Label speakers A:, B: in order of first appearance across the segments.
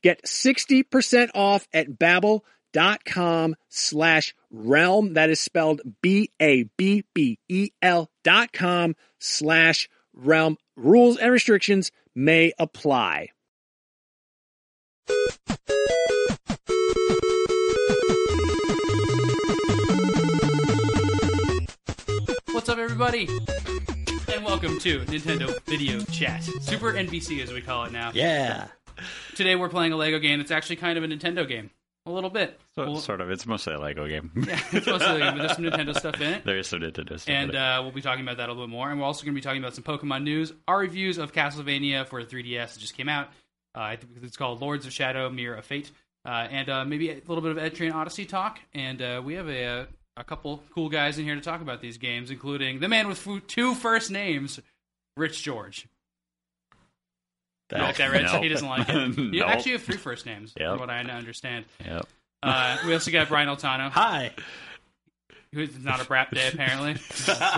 A: Get 60% off at babbel.com slash realm. That is spelled B-A-B-B-E-L E dot com slash realm. Rules and restrictions may apply.
B: What's up, everybody? And welcome to Nintendo Video Chat. Super NBC, as we call it now.
A: Yeah.
B: Today we're playing a Lego game that's actually kind of a Nintendo game. A little bit.
C: So,
B: Well,
C: sort of. It's mostly a Lego game.
B: yeah, it's mostly a Lego, but there's some Nintendo stuff in it.
C: there is some Nintendo stuff.
B: And
C: in it.
B: uh, we'll be talking about that a little bit more. And we're also going to be talking about some Pokemon news, our reviews of Castlevania for 3DS that just came out. Uh, I think it's called Lords of Shadow, Mirror of Fate. Uh, and uh, maybe a little bit of Ed Train Odyssey talk. And uh, we have a, a couple cool guys in here to talk about these games, including the man with fu- two first names, Rich George.
C: No.
B: You like that, Rich?
C: No.
B: He doesn't like it. You
C: No.
B: actually have three first names,
C: Yep.
B: from what I understand.
C: Yep.
B: Uh, we also got Brian Altano,
D: Hi.
B: who's not a brat day apparently,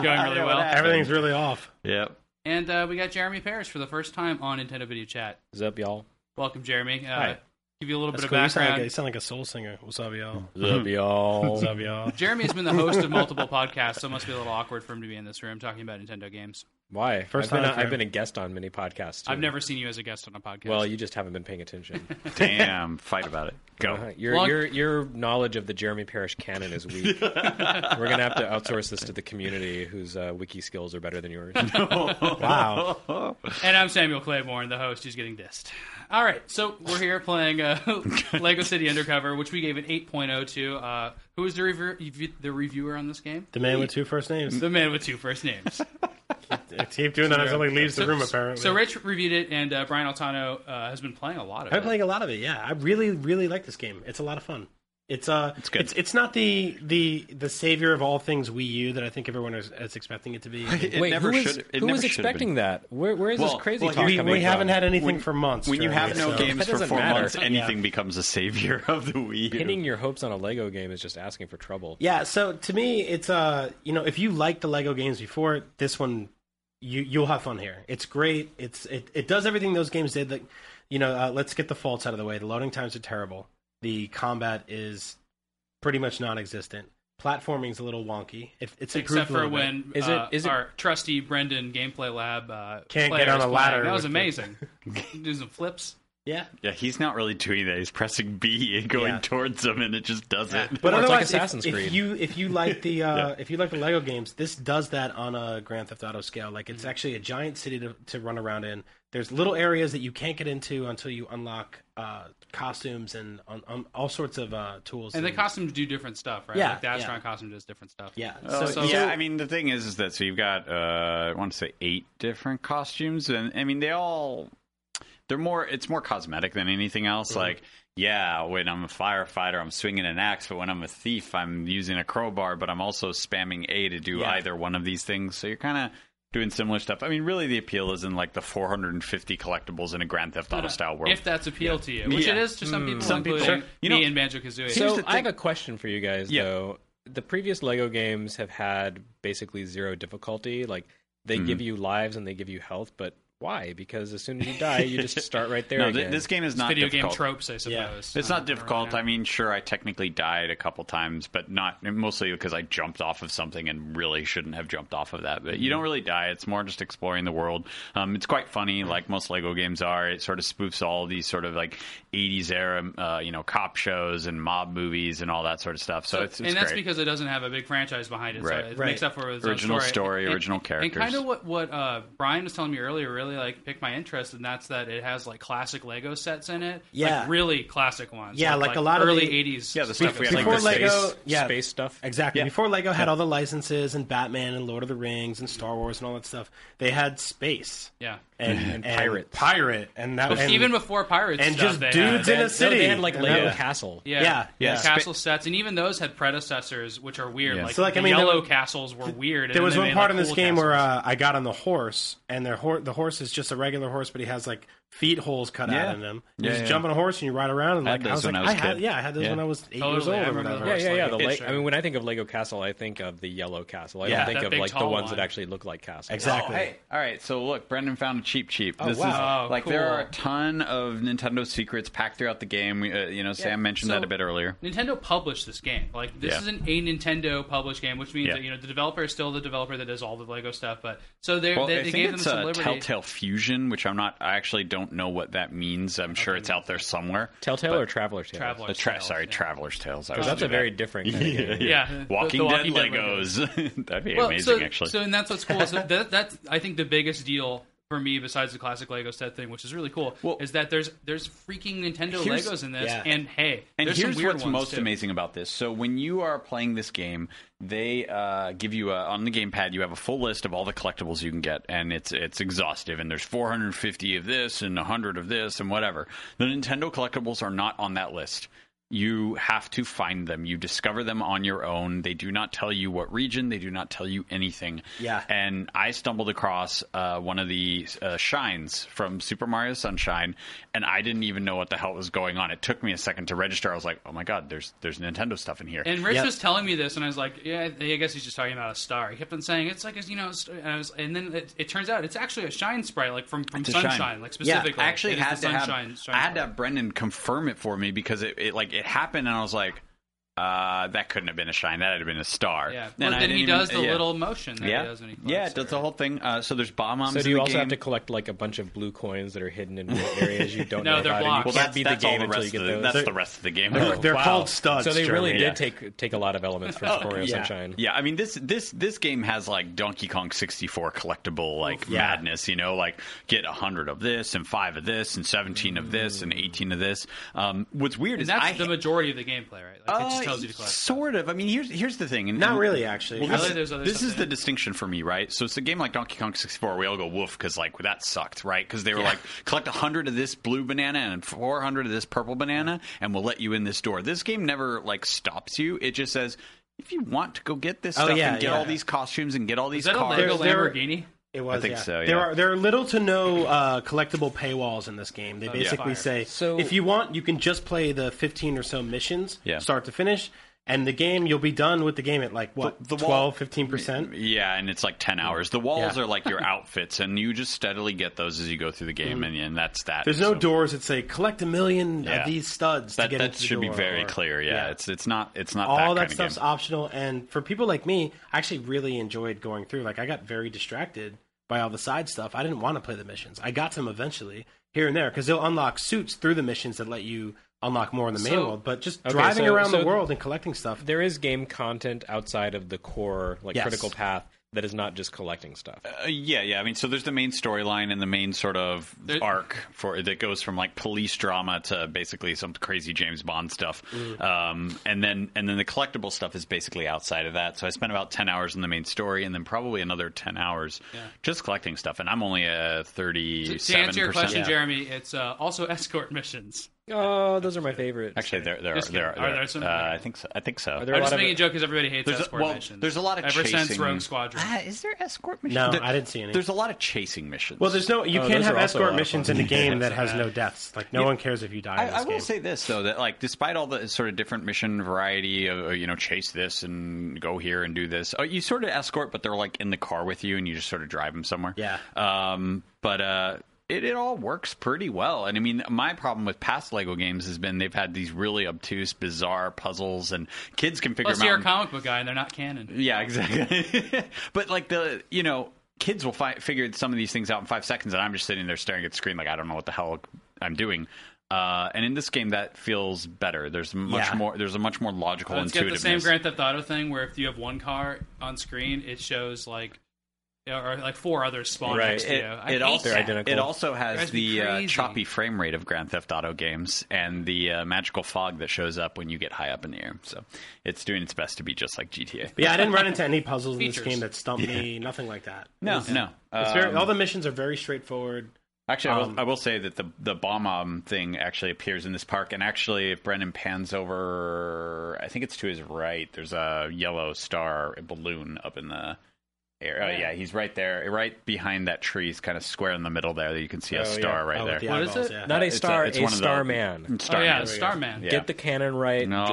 B: going really well.
D: Everything's really off.
C: Yep.
B: And uh, we got Jeremy Parrish for the first time on Nintendo Video Chat.
E: What's up, y'all?
B: Welcome, Jeremy. Uh,
D: Hi.
B: Give you a little
D: That's
B: bit
D: cool. You
B: of
D: sound, like a, you
B: background.
D: sound like a soul singer. What's up, y'all?
E: What's up, y'all?
D: What's up, y'all?
B: Jeremy has been the host of multiple podcasts, so it must be a little awkward for him to be in this room talking about Nintendo games.
E: Why?
D: First
E: I've,
D: time
E: been a,
D: for
E: I've
D: him.
E: been a guest on many podcasts. too.
B: I've never seen you as a guest on a podcast.
E: Well, you just haven't been paying attention.
C: Damn, fight about it. Go.
E: Uh-huh. Your
B: Long-
E: your your knowledge of the Jeremy Parish canon is weak. We're gonna have to outsource this to the community, whose uh, wiki skills are better than yours.
D: Wow.
B: and I'm Samuel Claiborne, the host. who's getting dissed. All right, so we're here playing uh, Lego City Undercover, which we gave an 8.0 to. Uh, who is the, review- the reviewer on this game?
D: The man with two first names.
B: The man with two first names.
D: Keep doing that until he leaves the room, apparently.
B: So Rich reviewed it, and uh, Brian Altano uh, has been playing a lot of
D: I've
B: it.
D: been playing a lot of it. Yeah, I really, really like this game. It's a lot of fun. It's uh, it's
C: good.
D: It's, not the the the savior of all things Wii U that I think everyone is, is expecting it to be.
C: It
E: Wait,
C: never
E: who was,
C: should. It
E: who
C: never
E: was
C: should have
E: expecting
C: been.
E: that? Where, where is
C: Well,
E: this crazy
C: well,
E: talk
D: we
E: coming
D: we haven't
E: from?
D: had anything
C: When-
D: for months.
C: When you
D: during
C: have
D: this,
C: no
D: so-
C: games
E: That
C: for
E: doesn't
C: four
E: matter.
C: months, anything becomes a savior of the Wii U.
E: Pinning your hopes on a Lego game is just asking for trouble.
D: Yeah, so to me, it's uh, you know, if you like the Lego games before, this one, you you'll have fun here. It's great. It's it, it does everything those games did. Like, you know, uh, let's get the faults out of the way. The loading times are terrible. The combat is pretty much non-existent. Platforming's a little wonky. It, it's improved
B: Except for
D: a little bit.
B: when
E: Is
B: uh,
E: it- is it-
B: our trusty Brendan Gameplay Lab uh,
D: Can't get
B: player
D: on
B: is
D: a
B: playing.
D: ladder
B: That was
D: with the-
B: amazing. Do some flips.
D: yeah.
C: yeah, he's not really doing that. He's pressing B and going
D: Yeah.
C: towards them, and it just does it.
D: But
E: Or it's like
D: otherwise, if-
E: Assassin's
D: if,
E: Creed.
D: you if you like the uh, if you like the Lego games, this does that on a Grand Theft Auto scale. Like
E: Mm-hmm.
D: it's actually a giant city to, to run around in. There's little areas that you can't get into until you unlock uh, costumes and on, on all sorts of uh, tools.
B: And the costumes do different stuff, right?
D: Yeah,
B: Like the
D: yeah.
B: astronaut costume does different stuff. Uh,
D: yeah.
C: Oh,
D: so,
C: yeah, I mean the thing is, is that so you've got uh, I want to say eight different costumes, and I mean they all they're more it's more cosmetic than anything else. Like yeah, when I'm a firefighter, I'm swinging an axe, but when I'm a thief, I'm using a crowbar, but I'm also spamming A to do
D: Yeah.
C: either one of these things. So you're kind of doing similar stuff. I mean, really, the appeal is in like the 450 collectibles in a Grand Theft Auto style world.
B: uh, If that's appeal to you, which
C: Yeah.
B: it is to
D: Hmm.
B: some people,
C: Some people.
B: including
C: Sure.
B: me
C: You know-
B: and Banjo Kazooie.
E: So
C: the
E: I have
C: thing-
E: a question for you guys
C: Yeah.
E: though. The previous Lego games have had basically zero difficulty. Like they
B: Mm-hmm.
E: give you lives and they give you health, but why? Because as soon as you die, you just start right there
C: no, th-
E: again.
C: this game is not
B: video
C: difficult.
B: game tropes, I suppose.
C: It's
B: Uh,
C: not difficult.
B: right
C: I mean, sure, I technically died a couple times, but not mostly because I jumped off of something and really shouldn't have jumped off of that. But you don't really die. It's more just exploring the world. Um, it's quite funny, like most Lego games are. It sort of spoofs all these sort of like '80s era, uh, you know, cop shows and mob movies and all that sort of stuff. So, it's, it's
B: and that's
C: great.
B: because it doesn't have a big franchise behind it.
C: Right.
B: So it
D: Right.
B: makes up for its own
C: Original story,
B: And-
C: original
B: And kind
C: characters.
B: of what what uh, Brian was telling me earlier really like picked my interest, and that's that it has like classic Lego sets in it.
D: Yeah.
B: like, really classic ones.
D: Yeah, like a lot of
B: early
D: the-
B: '80s.
C: Yeah, the stuff we had, like,
D: before
C: the
D: Lego,
C: space-
D: yeah,
E: space stuff.
D: Exactly.
C: Yeah.
D: Before Lego had all the licenses and Batman and Lord of the Rings and Star Wars and all that stuff, they had space
B: yeah.
D: and, and,
E: pirates.
D: pirate, and that and,
B: Even before Pirates
D: and
B: stuff,
D: just
B: they had-
D: dudes in a
E: No,
D: city.
E: they had like
D: And
E: Lego
D: that was-
E: Castle.
B: Yeah.
D: Yeah, yeah.
B: The castle sets, and even those had predecessors, which are weird.
C: Yeah.
B: Like,
D: So, like, I
B: the
D: mean, there
B: yellow
D: were-
B: castles were weird. and
D: There was
B: then
D: one
B: they
D: part
B: made,
D: in
B: like,
D: this
B: cool
D: game where
B: castles.
D: uh, I got on the horse, and their hor- the horse is just a regular horse, but he has like feet holes cut
C: Yeah.
D: out in them.
C: Yeah,
D: you just
C: yeah.
D: jump on a horse and you ride around, and
C: Had
D: like I
C: those
D: was
C: when I
D: like,
C: was a
D: had,
C: kid.
D: yeah, I had those
C: Yeah.
D: when I was eight years
B: Totally,
D: old
B: I
D: or
B: remember
D: whatever.
E: Yeah,
B: Horse,
E: yeah, yeah.
B: like a
E: The like,
B: picture.
E: I mean, when I think of Lego Castle, I think of the yellow castle. I
D: Yeah.
E: don't think
B: That
E: of
B: big,
E: like the
B: tall
E: ones
B: one.
E: that actually look like castles.
D: Exactly.
C: Oh, hey, all right. So look, Brendan found a cheap cheap.
D: Oh,
C: this
D: wow.
C: is
B: Oh,
C: like there
B: cool.
C: are a ton of Nintendo secrets packed throughout the game. We, uh, you know, Sam mentioned
B: so-
C: that a bit earlier.
B: Nintendo published this game. Like this
C: Yeah.
B: isn't a Nintendo published game, which means
C: Yeah.
B: that you know the developer is still the developer that does all the Lego stuff. But so they,
C: Well,
B: they,
C: I
B: they
C: think
B: gave them
C: it's
B: some
C: a
B: liberty.
C: Telltale Fusion, which I'm not. I actually don't know what that means. I'm sure it's out there somewhere.
E: Telltale or Traveler's Tale?
B: Traveler's
C: The uh, tra-
B: Tales,
C: sorry,
B: yeah.
C: Traveler's Tales. I
E: Because
C: was
E: that's a very different kind of game.
B: Yeah, the- the
C: Walking, Dead,
B: Walking Dead
C: Legos. That'd be
B: Well,
C: amazing,
B: so,
C: actually.
B: So and that's what's cool. So that, that's I think the biggest deal for me, besides the classic Lego set thing, which is really cool,
C: Well-
B: is that there's there's freaking Nintendo
C: Here's-
B: Legos in this.
D: yeah.
B: And hey,
C: and
B: there's
C: here's
B: some weird
C: what's
B: ones,
C: most
B: too.
C: amazing about this. So when you are playing this game, they uh, give you a, on the gamepad. You have a full list of all the collectibles you can get, and it's it's exhaustive. And there's 450 of this, and 100 of this, and whatever. The Nintendo collectibles are not on that list. You have to find them. You discover them on your own. They do not tell you what region. They do not tell you anything.
D: Yeah.
C: And I stumbled across uh, one of the uh, shines from Super Mario Sunshine, and I didn't even know what the hell was going on. It took me a second to register. I was like, "Oh my god, there's there's Nintendo stuff in here."
B: And Rich
D: Yep.
B: was telling me this, and I was like, "Yeah, I guess he's just talking about a star." He kept on saying it's like, a, you know, a star," and, I was, and then it, it turns out it's actually a shine sprite, like from from
C: It's a shine.
B: Sunshine, like specifically.
C: I actually
B: It is
C: had
B: the
C: to have
B: sunshine, Shine
C: I had to
B: Sprite.
C: have Brendan confirm it for me because it, it like it happened, and I was like, Uh, that couldn't have been a shine. That would have been a star.
B: Yeah, but
C: And I
B: then
C: didn't
B: he
C: even-
B: does the
C: yeah.
B: little motion that
C: yeah,
B: he does when he collects
C: yeah,
B: it,
C: it does the
B: right?
C: whole thing. Uh, so there's bomb bombs.
E: So
C: in
E: do you
C: the
E: also
C: game.
E: have to collect like a bunch of blue coins that are hidden in areas you don't
B: No,
E: know
B: they're
E: about? and
B: blocks.
E: You
C: Well,
E: can't
C: that's,
E: beat
C: that's
E: the
C: all
E: game
C: the
E: until
C: rest
E: you get
C: of the,
E: those.
C: that's the rest of the game.
D: They're, they're called studs.
E: so they really
D: Jeremy.
E: did take take a lot of elements from Mario
D: yeah.
E: Sunshine.
C: Oh, Yeah, I mean this this this game has like Donkey Kong 64 collectible like
D: yeah.
C: madness, you know, like get 100 of this and 5 of this and 17 of this and 18 of this. Um what's weird
B: And
C: is
B: that's
C: I
B: the majority of the gameplay, right? Like, it just
C: uh,
B: tells you to collect.
C: Sort of. I mean, here's here's the thing. And,
D: Not
C: and-
D: really, actually.
C: Well,
D: I
C: this
D: like
C: is,
B: there's other
C: this
B: stuff
C: is
B: in
C: the
B: it.
C: distinction for me, right? So it's a game like Donkey Kong 64. We all go woof because like well, that sucked, right? Because they were like collect 100 of this blue banana and 400 of this purple banana, and we'll let you in this door. This game never like stops you. It just says. If you want to go get this
D: Oh,
C: stuff
D: yeah,
C: and get
D: yeah.
C: all these costumes and get all these
B: Is that a
C: cars,
B: Lego
D: There- there-
B: Lamborghini?
D: It was.
C: I think
D: yeah.
C: so, yeah.
D: There are there are little to no uh, collectible paywalls in this game. They basically
B: Oh, fire.
D: say
E: So-
D: if you want, you can just play the fifteen or so missions,
C: Yeah.
D: start to finish, and the game you'll be done with the game at like what
C: The- the wall-
D: 12 15 percent.
C: Yeah, and it's like ten hours. The walls
D: Yeah.
C: are like your outfits, and you just steadily get those as you go through the game, and, and that's that.
D: Mm-hmm. There's no
C: So
D: doors that say collect a million
C: Yeah.
D: of these studs to
C: That,
D: get
C: that
D: into the
C: should be
D: door,"
C: very
D: or-
C: clear. Yeah, it's it's not it's not that,
D: all that,
C: kind
D: stuff's
C: of game.
D: optional. And for people like me, I actually really enjoyed going through. Like I got very distracted by all the side stuff. I didn't want to play the missions. I got to them eventually here and there because they'll unlock suits through the missions that let you unlock more in the main
B: So-
D: world. But just
E: Okay,
D: driving
E: so-
D: around
E: so-
D: the world and collecting stuff.
E: There is game content outside of the core, like
D: Yes.
E: critical path, that is not just collecting stuff.
C: Uh, yeah, yeah. I mean, so there's the main storyline and the main sort of
B: There-
C: arc for that goes from like police drama to basically some crazy James Bond stuff,
D: Mm.
C: um, and then and then the collectible stuff is basically outside of that. So I spent about ten hours in the main story, and then probably another ten hours just collecting stuff. And I'm only
B: To,
C: a thirty
B: to
C: seven
B: answer your question,
C: percent.
B: Jeremy, it's uh, also escort missions.
E: Oh, those are my favorite.
C: Actually, there there are,
B: Just
C: there are,
B: kidding. Are there some-
C: uh, I think so. I think so.
E: Are there-
B: I'm
E: a
B: just
E: lot of
B: making a
E: it-
B: joke because everybody hates
C: There's a-
B: escort
C: well,
B: missions.
C: there's a lot of
B: ever since
C: chasing-
B: Rogue Squadron.
C: Ah, is there escort missions?
D: No,
C: There-
D: I didn't see any.
C: There's a lot of chasing missions.
D: Well, there's no. You
E: Oh,
D: can't
E: those
D: have
E: are also a lot
D: escort
E: of
D: missions
E: fun.
D: in a game that
B: so
D: has
B: bad.
D: no deaths. Like no one cares if you die.
C: I,
D: in this
C: I will
D: game.
C: say this though that like despite all the sort of different mission variety of uh, you know chase this and go here and do this, uh, you sort of escort, but they're like in the car with you and you just sort of drive them somewhere.
D: Yeah.
C: Um, but uh, it it all works pretty well. And I mean, my problem with past Lego games has been they've had these really obtuse, bizarre puzzles, and kids can figure
B: Plus,
C: them out.
B: you're a
C: and-
B: comic book guy, and they're not canon.
C: Yeah, exactly. but like the you know kids will fi- figure some of these things out in five seconds, and I'm just sitting there staring at the screen like I don't know what the hell I'm doing. Uh, and in this game, that feels better. There's much
D: Yeah.
C: more. There's a much more logical
B: Let's get the same
C: intuitiveness.
B: Grand Theft Auto thing where if you have one car on screen, it shows like or like four others spawn
E: Right.
B: next to
C: it,
B: you. I
C: it
B: hate
C: also
B: that.
E: identical.
C: it also has
B: Drives me
C: the uh,
B: crazy.
C: choppy frame rate of Grand Theft Auto games and the uh, magical fog that shows up when you get high up in the air. So it's doing its best to be just like GTA.
D: But yeah, I didn't run into any puzzles in this
B: Features.
D: game that stumped me. Nothing like that.
C: No,
D: It's-
C: no.
D: It's very,
C: Um,
D: all the missions are very straightforward.
C: Actually, I,
D: Um,
C: will, I will say that the the bomb um thing actually appears in this park, and actually, if Brendan pans over, I think it's to his right. There's a yellow star balloon up in the air. Oh yeah, he's right there, right behind that tree. He's kind of square in the middle there. That you can see a
E: Oh, yeah.
C: star right
D: Oh,
C: there.
D: with the
B: What is
D: eyeballs,
B: it?
D: yeah.
E: not a
C: It's
E: star,
C: it's
E: a,
C: one of the-
E: star man.
C: Star
B: oh yeah,
C: man.
B: Starman.
C: Yeah.
E: Get the cannon right,
C: No,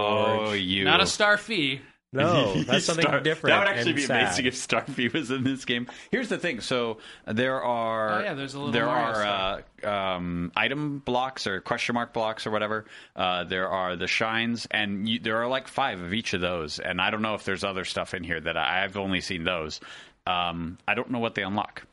E: George.
C: you
B: Not a star fee.
E: No, that's something
C: Star-
E: different.
C: That would actually
E: and
C: be
E: sad.
C: amazing if Starfy was in this game. Here's the thing: so there are
B: Oh, yeah, there's a little
C: there
B: Mario
C: are uh, um, item blocks or question mark blocks or whatever. Uh, there are the shines, and you, there are like five of each of those. And I don't know if there's other stuff in here that I, I've only seen those. Um, I don't know what they unlock.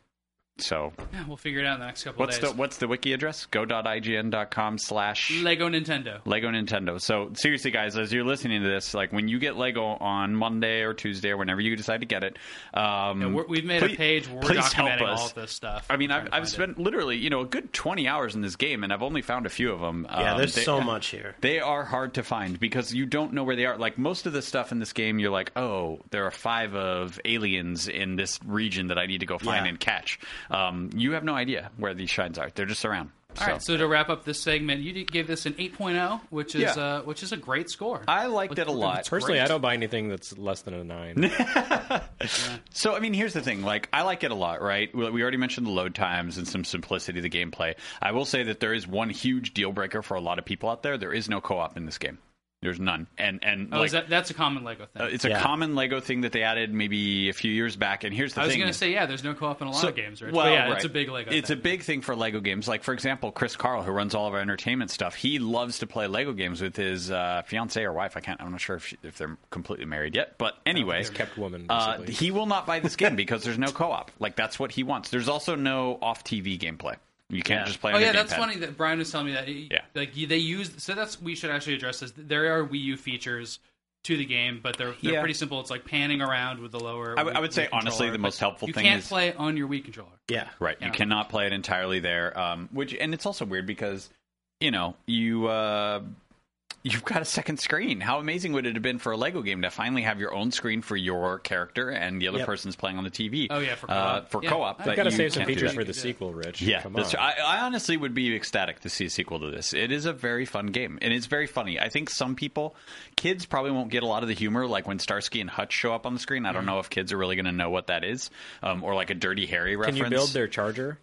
C: So
B: Yeah, we'll figure it out in the next couple
C: what's
B: of
C: the
B: days.
C: what's the wiki address? Go.ign.com slash
B: Lego Nintendo.
C: Lego Nintendo. So seriously, guys, as you're listening to this, like when you get Lego on Monday or Tuesday or whenever you decide to get it, um,
B: And we're, we've made
C: please-
B: a page. Where we're
C: please
B: documenting
C: help us.
B: all of this stuff.
C: I mean,
B: Trying
C: I've,
B: to
C: I've
B: find it.
C: spent literally, you know, a good 20 hours in this game, and I've only found a few of them.
D: Yeah,
C: Um,
D: there's
C: they-
D: so much here.
C: They are hard to find because you don't know where they are. Like most of the stuff in this game, you're like, oh, there are five of aliens in this region that I need to go find
D: Yeah.
C: and catch. Um, you have no idea where these shines are. They're just around.
B: All right, so to wrap up this segment, you did- gave this an 8.0, which is
C: Yeah.
B: uh, which is a great score.
C: I liked it a lot.
E: Personally, I don't buy anything that's less than a nine.
C: So I mean, here's the thing. Like, I like it a lot, right? We we already mentioned the load times and some simplicity of the gameplay. I will say that there is one huge deal breaker for a lot of people out there. There is no co-op in this game. There's none. And and
B: Oh,
C: like,
B: is that, that's a common Lego thing.
C: uh, it's a
D: Yeah.
C: common Lego thing that they added maybe a few years back. And here's the
B: I was
C: thing:
B: going to
C: is-
B: say, yeah, there's no co-op in a lot
C: So-
B: of games, right?
C: well,
B: but yeah,
C: right.
B: it's a big Lego.
C: It's
B: thing.
C: a big thing for Lego games. Like for example, Chris Carl, who runs all of our entertainment stuff, he loves to play Lego games with his uh, fiance or wife. I can't. I'm not sure if, she, if they're completely married yet. But anyway,
E: kept woman,
C: Uh,
E: basically.
C: he will not buy this game because there's no co-op. Like that's what he wants. There's also no off-TV gameplay. You can't just play.
B: Oh
C: on
B: yeah,
C: your
B: that's
C: gamepad.
B: funny that Brian was telling me that. It,
C: Yeah.
B: like they use so that's we should actually address this. There are Wii U features to the game, but they're they're
C: Yeah.
B: pretty simple. It's like panning around with the lower.
C: I would- I
B: Wii-
C: would say,
B: Wii controller,
C: honestly, the
B: but
C: most helpful
B: you
C: thing
B: can't
C: is-
B: play on your Wii controller.
D: Yeah.
C: Right. You
B: Yeah.
C: cannot play it entirely there. Um, which and it's also weird because you know you uh, you've got a second screen. How amazing would it have been for a Lego game to finally have your own screen for your character and the other
D: Yep.
C: person's playing on the TV?
B: Oh, yeah, for
C: uh,
B: co-op.
C: for
B: Yeah.
C: co-op.
B: I've
C: but
B: gotta
E: gotta
C: you
E: save some
C: can't do
E: features
C: that.
E: for the sequel, Rich.
C: Yeah,
E: Come
C: that's
E: on.
C: true. I, I honestly would be ecstatic to see a sequel to this. It is a very fun game, and it's very funny. I think some people, kids, probably won't get a lot of the humor. Like when Starsky and Hutch show up on the screen, I don't know if kids are really going to know what that is, um, or like a Dirty Harry
E: Can
C: reference.
E: you build their charger?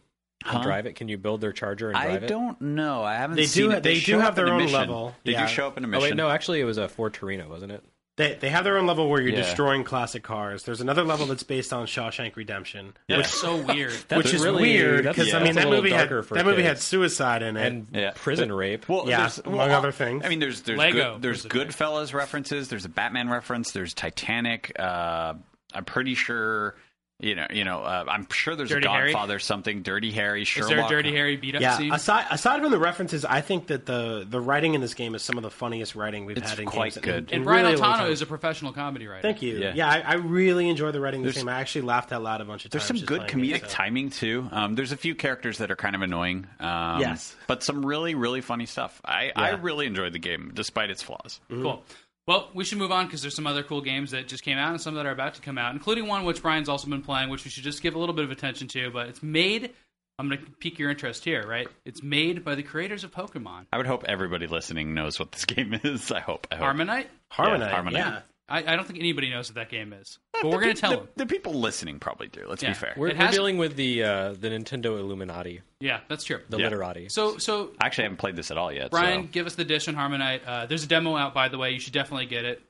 E: And
C: Huh?
E: drive it? Can you build their charger and
C: I
E: drive it?
C: don't know. I haven't.
D: They do
C: seen
D: ha-
C: It. They,
D: they do
C: show
D: have
C: up in
D: their
C: a
D: own
C: mission.
D: level.
C: They
D: Yeah.
C: do show up in a
E: Oh
C: mission.
E: wait, no. Actually, it was a Ford Torino, wasn't it?
D: They, they have their own level where you're
C: Yeah.
D: destroying classic cars. There's another level that's based on Shawshank Redemption,
C: Yeah.
B: It's so weird.
E: That's
D: which is
E: really-
D: weird
E: that's-
D: because
C: yeah.
D: I mean
E: that's a
D: that
E: little
D: movie had
E: darker for
D: that movie
E: kids.
D: had suicide in it.
E: And
C: Yeah.
E: prison rape.
C: Well,
D: Yeah,
C: there's,
D: among
C: well,
D: other things.
C: I mean, there's there's
B: Lego
C: good, there's
B: was a big-
C: Goodfellas references. There's a Batman reference. There's Titanic. Uh, I'm pretty sure. You know, you know. Uh, I'm sure there's
B: Dirty
C: a
B: Harry?
C: Godfather something. Dirty Harry.
B: Is
C: Sherlock.
B: there a Dirty Harry beat up
D: yeah,
B: scene?
D: aside aside from the references, I think that the the writing in this game is some of the funniest writing we've
C: It's
D: had in
C: quite
D: games.
C: good.
D: in
B: and Brian
D: really a long
B: Altano
D: time.
B: is a professional comedy writer.
D: Thank you.
C: Yeah.
D: Yeah, I, I really enjoy the writing of this
C: There's-
D: game. I actually laughed out loud a bunch of
C: There's
D: times.
C: some
D: just
C: good
D: playing it,
C: comedic
D: so.
C: timing too. Um, there's a few characters that are kind of annoying. Um,
D: Yes.
C: but some really really funny stuff. I I really enjoyed the game despite its flaws.
B: Cool. Well, we should move on because there's some other cool games that just came out and some that are about to come out, including one which Brian's also been playing, which we should just give a little bit of attention to. But it's made. I'm going to pique your interest here, right? It's made by the creators of Pokemon.
C: I would hope everybody listening knows what this game is. I hope. I hope.
B: Harmonite.
D: Harmonite.
C: Yeah,
D: Yeah,
C: Harmonite.
B: I, I don't think anybody knows what that game is,
D: Eh,
B: but we're going to
C: The-
B: tell
C: the,
B: them.
C: the people listening probably do. Let's
B: Yeah.
C: be fair.
E: We're,
B: It
E: we're
B: has-
E: dealing with the uh, the Nintendo Illuminati,
B: Yeah, that's true.
E: the
C: Yeah.
E: literati.
B: So, so
C: I actually haven't played this at all yet.
B: Brian,
C: so.
B: give us the dish on Harmonite. Uh, there's a demo out, by the way. You should definitely get it.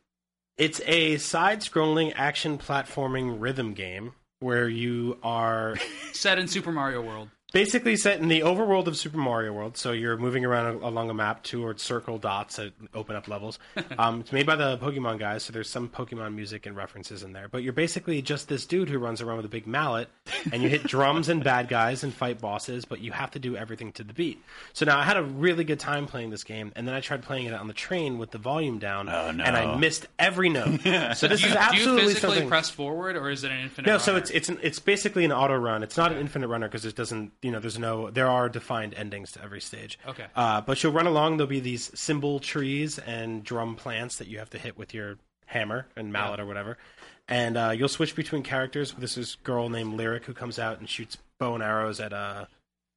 D: It's a side-scrolling action platforming rhythm game where you are
B: Set in Super Mario World.
D: basically set in the overworld of Super Mario World. So you're moving around a- along a map towards circle dots that open up levels. um, it's made by the Pokemon guys, so there's some Pokemon music and references in there. But you're basically just this dude who runs around with a big mallet, and you hit drums and bad guys and fight bosses. But you have to do everything to the beat. So now I had a really good time playing this game, and then I tried playing it on the train with the volume down, and I missed every note.
B: Oh,
D: so this
B: Do
D: is
B: you, do you
D: absolutely
B: physically
D: something.
B: press forward, or is it an infinite?
D: No, so
B: runner?
D: it's it's an, it's basically an auto run. It's not an infinite runner because it doesn't you know there's no there are defined endings to every stage.
B: Okay.
D: Uh, but you'll run along. There'll be these cymbal trees and drum plants that you have to hit with your hammer and mallet or whatever. And uh, you'll switch between characters. This is girl named Lyric who comes out and shoots bow and arrows at uh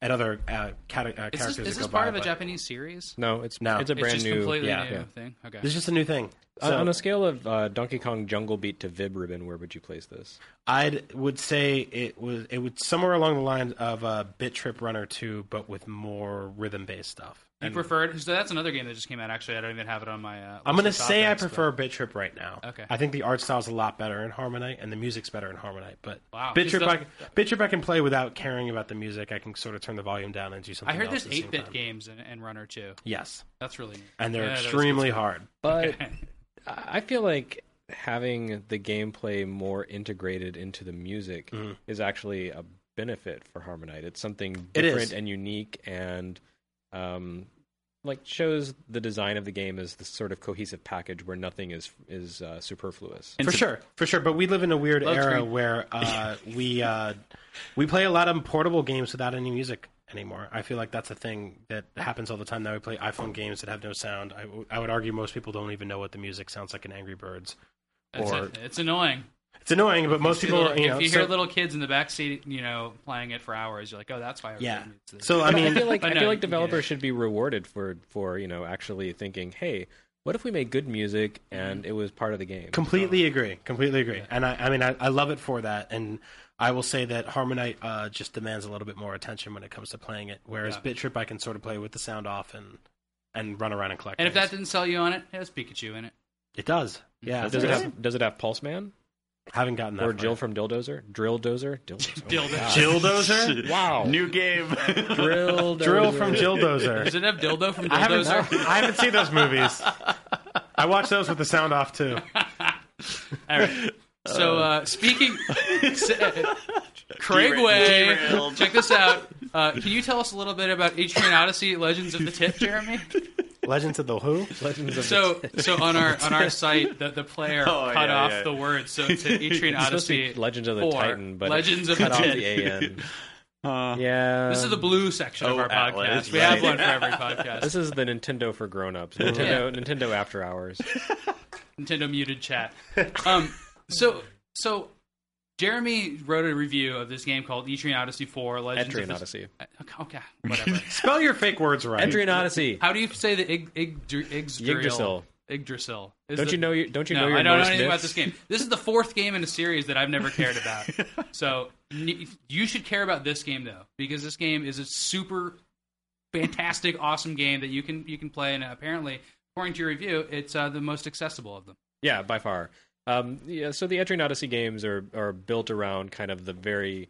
D: at other uh, cata- uh,
B: Is
D: characters.
B: this, is
D: that
B: this
D: go
B: part
D: by,
B: of a
D: but-
B: Japanese series?
E: no, it's
D: No.
E: it's a
D: It's
E: brand
B: it's just
E: new.
B: completely
D: yeah,
B: new
E: yeah.
B: thing. Okay.
D: This is just a new thing.
E: On-
D: So-
E: on a scale of uh, Donkey Kong Jungle Beat to Vib Ribbon, where would you place this?
D: I would say it was it would somewhere along the lines of a uh, Bit Trip Runner two, but with more rhythm based stuff.
B: you preferred? So that's another game that just came out. Actually, I don't even have it on my. Uh,
D: I'm
B: list
D: gonna
B: of top
D: say I
B: picks, but-
D: prefer Bit Trip right now.
B: Okay.
D: I think the art style's a lot better in Harmonite, and the music's better in Harmonite. But
B: Wow.
D: Bit
B: Is
D: Trip,
B: the-
D: I, Bit Trip, I can play without caring about the music. I can sort of turn the volume down and do something.
B: I heard
D: else
B: there's
D: at the same
B: eight bit
D: time.
B: games and, and Runner too.
D: Yes,
B: That's really neat.
D: and they're
B: Yeah, that was good
D: extremely
B: stuff.
D: hard.
E: But I I feel like having the gameplay more integrated into the music
D: Mm-hmm.
E: is actually a benefit for Harmonite. It's something
D: It is.
E: different and unique, and um, like shows the design of the game as the sort of cohesive package where nothing is is uh, superfluous.
D: for sure, for sure. But we live in a weird
B: Load
D: era
B: screen.
D: where uh, we uh, we play a lot of portable games without any music anymore. I feel like that's a thing that happens all the time. Now we play iPhone games that have no sound. I, w- I would argue most people don't even know what the music sounds like in Angry Birds.
B: That's
D: Or
B: it. It's annoying.
D: it's annoying, but most
B: If
D: people,
B: you,
D: are, you know,
B: hear
D: so-
B: little kids in the back seat, you know, playing it for hours, you're like, oh, that's why. everybody
D: yeah.
B: needs this.
D: So I
E: I
D: mean,
E: feel like
B: But
E: I
B: no,
E: feel like
B: you-
E: developers should be rewarded for for you know actually thinking, hey, what if we made good music and
D: Mm-hmm.
E: it was part of the game?
D: Completely agree. Completely agree. And I, I mean, I, I love it for that. And I will say that Harmonite uh, just demands a little bit more attention when it comes to playing it. Whereas
B: Yeah.
D: Bit Trip, I can sort of play with the sound off and and run around and collect.
B: And if that
D: things.
B: didn't sell you on it, it has Pikachu in it.
E: Oh
D: it does, yeah,
E: Does it
D: does.
E: have Does it have Pulse Man
D: haven't gotten that. far
E: or Jill
D: yet.
E: from Dilldozer? Drill Dozer. Dilldozer. Oh my
B: Dildo.
E: God.
D: Jill Dozer?
E: Wow.
C: New game.
E: Drill.
D: Drill
E: Dozer.
D: from Jill Dozer.
B: Does it have dildo from
D: I haven't,
B: Dildozer?
D: I haven't seen those movies. I watch those with the sound off too.
B: All right. So uh, speaking, Craig Way,
C: Derailed.
B: check this out. Uh, can you tell us a little bit about Atrian Odyssey: Legends of the Tip, Jeremy?
D: Legends of the Who.
E: Legends of
B: So, so on our on our site, the, the player
C: Oh,
B: cut
C: yeah,
B: off
C: yeah.
B: the word, so it's Atrian
E: It's supposed to
B: Odyssey.
E: be Legends of the
B: or
E: Titan, but
B: Legends of
E: cut
B: the
E: off
B: Titan.
E: the AN.
C: Uh,
E: Yeah.
B: This is the blue section of
C: Oh,
B: our
C: Atlas,
B: podcast. We
C: right.
B: have one for every podcast.
E: This is the Nintendo for grown-ups. Nintendo Nintendo After Hours.
B: Nintendo muted chat. Um, so, so Jeremy wrote a review of this game called Etrian Odyssey Four: Legends
E: Entry
B: of
E: and
B: the-
E: Odyssey.
B: Okay, whatever.
D: Spell your fake words right.
E: Entry and Odyssey.
B: How do you say the ig, ig, Yggdrasil?
E: Yggdrasil.
B: Yggdrasil. Is
E: Don't
B: the-
E: you know your Don't you
B: no,
E: know your
B: I don't know
E: Norse
B: anything about
E: myths?
B: this game. This is the fourth game in a series that I've never cared about. so n- you should care about this game though, because this game is a super fantastic, awesome game that you can you can play. And apparently, according to your review, it's uh, the most accessible of them.
E: Yeah, by far. Um, yeah, so the Etrian Odyssey games are are built around kind of the very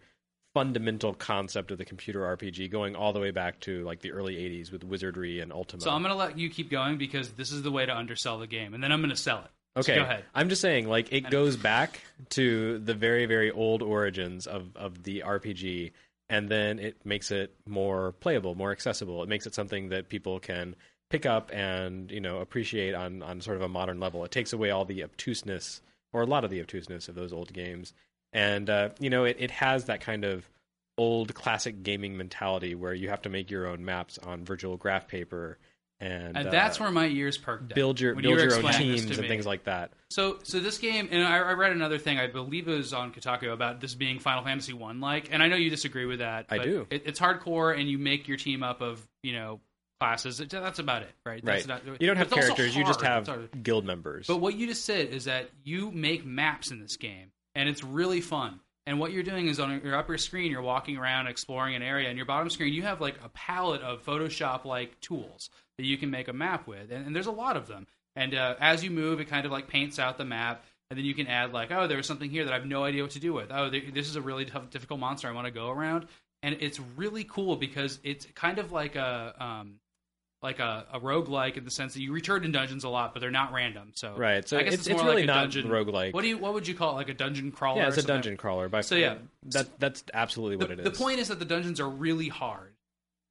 E: fundamental concept of the computer RPG, going all the way back to like the early '80s with Wizardry and Ultima.
B: So I'm going to let you keep going because this is the way to undersell the game, and then I'm going to sell it. So
E: okay,
B: go ahead.
E: I'm just saying, like it goes back to the very very old origins of of the RPG, and then it makes it more playable, more accessible. It makes it something that people can pick up and you know appreciate on on sort of a modern level. It takes away all the obtuseness or a lot of the obtuseness of those old games, and uh, you know it it has that kind of old classic gaming mentality where you have to make your own maps on virtual graph paper and,
B: And that's
E: uh,
B: where my ears perked. up
E: build your
B: when
E: build
B: you were
E: your own
B: explaining this
E: teams
B: to
E: and
B: me.
E: things like that.
B: So, so this game, and I, I read another thing. I believe it was on Kotaku about this being Final Fantasy One like, and I know you disagree with that.
E: I
B: but
E: do.
B: It, it's hardcore, and you make your team up of you know classes. It- that's about it, right? That's
E: Right.
B: not-
E: you don't have
B: it's also
E: characters, you just
B: hard.
E: have
B: It's hard.
E: guild members.
B: But what you just said is that you make maps in this game, and it's really fun. And what you're doing is on your upper screen, you're walking around exploring an area, and your bottom screen, you have like a palette of Photoshop like tools that you can make a map with. And, and there's a lot of them. And uh, as you move, it kind of like paints out the map. And then you can add like, oh, there was something here that I have no idea what to do with. Oh, there, this is a really tough, difficult monster. I want to go around, and it's really cool because it's kind of like a um, like a, a roguelike in the sense that you return in dungeons a lot, but they're not random. So
E: Right, so
B: I guess
E: it's-
B: it's,
E: it's
B: more
E: really
B: like
E: not
B: a dungeon
E: roguelike.
B: What do you what would you call it? Like a dungeon crawler?
E: yeah,
B: or
E: it's a
B: something?
E: dungeon crawler. By
B: So, yeah.
E: that that's absolutely
B: The,
E: what it is.
B: the point is that the dungeons are really hard,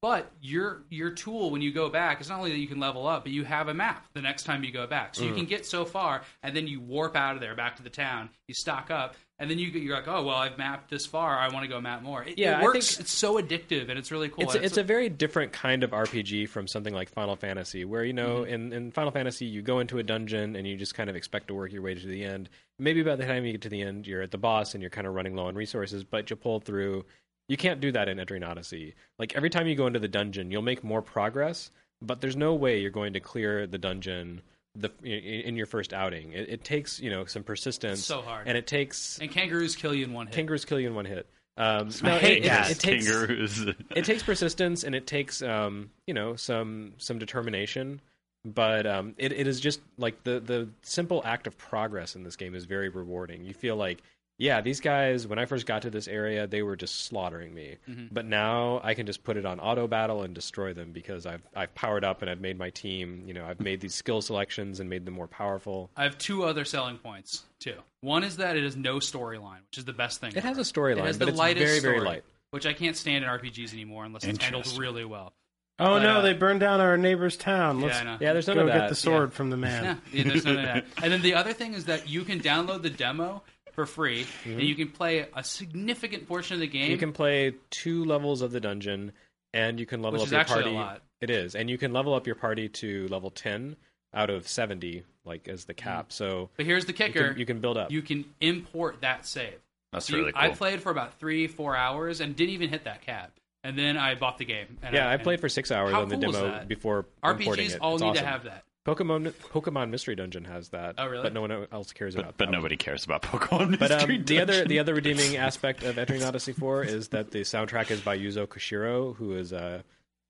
B: but your your tool when you go back is not only that you can level up, but you have a map the next time you go back, so you
E: Mm.
B: can get so far, and then you warp out of there back to the town. You stock up, and then you you're like, oh well, I've mapped this far. I want to go map more. It,
E: Yeah,
B: it
E: I
B: works.
E: think-
B: it's so addictive, and it's really cool.
E: it's
B: and
E: a, it's a very different kind of RPG from something like Final Fantasy, where you know
B: Mm-hmm.
E: in, in Final Fantasy you go into a dungeon and you just kind of expect to work your way to the end. Maybe by the time you get to the end, you're at the boss and you're kind of running low on resources, but you pull through. You can't do that in Entering Odyssey. Like every time you go into the dungeon, you'll make more progress, but there's no way you're going to clear the dungeon the in, in your first outing. It, it takes you know some persistence,
B: so hard.
E: and it takes
B: and kangaroos kill you in one hit.
E: kangaroos kill you in one hit. Um,
C: I
E: no,
C: hate
E: it,
C: that.
E: it, it takes
C: kangaroos.
E: it takes persistence and it takes um you know some some determination but um it, it is just like the the simple act of progress in this game is very rewarding you feel like yeah these guys when i first got to this area they were just slaughtering me but now i can just put it on auto battle and destroy them because i've i've powered up and i've made my team you know i've made these skill selections and made them more powerful
B: I have two other selling points too. One is that it has no storyline, which is the best thing.
E: it has a
B: It
E: storyline
B: has
E: but
B: the
E: it's
B: lightest
E: very very
B: story,
E: light
B: which I can't stand in RPGs anymore unless it's handled
C: Interesting.
B: really well.
D: Oh
B: But,
D: no,
B: uh,
D: they burned down our neighbor's town. Let's
B: yeah, I know.
E: yeah there's none
D: go
E: of that
D: get the sword from the man.
B: Yeah, yeah, there's none of that. And then the other thing is that you can download the demo for free, and you can play a significant portion of the game.
E: Mm-hmm. You can play two levels of the dungeon, and you can level
B: Which
E: up
B: is
E: your
B: actually a
E: party.
B: lot.
E: It is, and you can level up your party to level ten out of seventy, like as the cap. So
B: but here's the
E: you
B: Mm. kicker:
E: can, you can build up.
B: you can import that save.
C: That's
B: So you-
C: really cool.
B: I played for about three, four hours and didn't even hit that cap. And then I bought the game. And
E: yeah, I
B: and
E: played for six hours
B: How
E: on the
B: cool is
E: demo
B: that?
E: before importing
B: RPGs
E: it.
B: all
E: It's
B: need
E: awesome.
B: to have that.
E: Pokemon Pokemon Mystery Dungeon has that.
B: Oh, really?
E: But no one else cares
C: but
E: about.
C: but
E: that one.
C: nobody cares about Pokemon.
E: But
C: Mystery
E: um, the other
C: Dungeon.
E: the other redeeming aspect of Entering Odyssey Four is that the soundtrack is by Yuzo Koshiro, who is uh,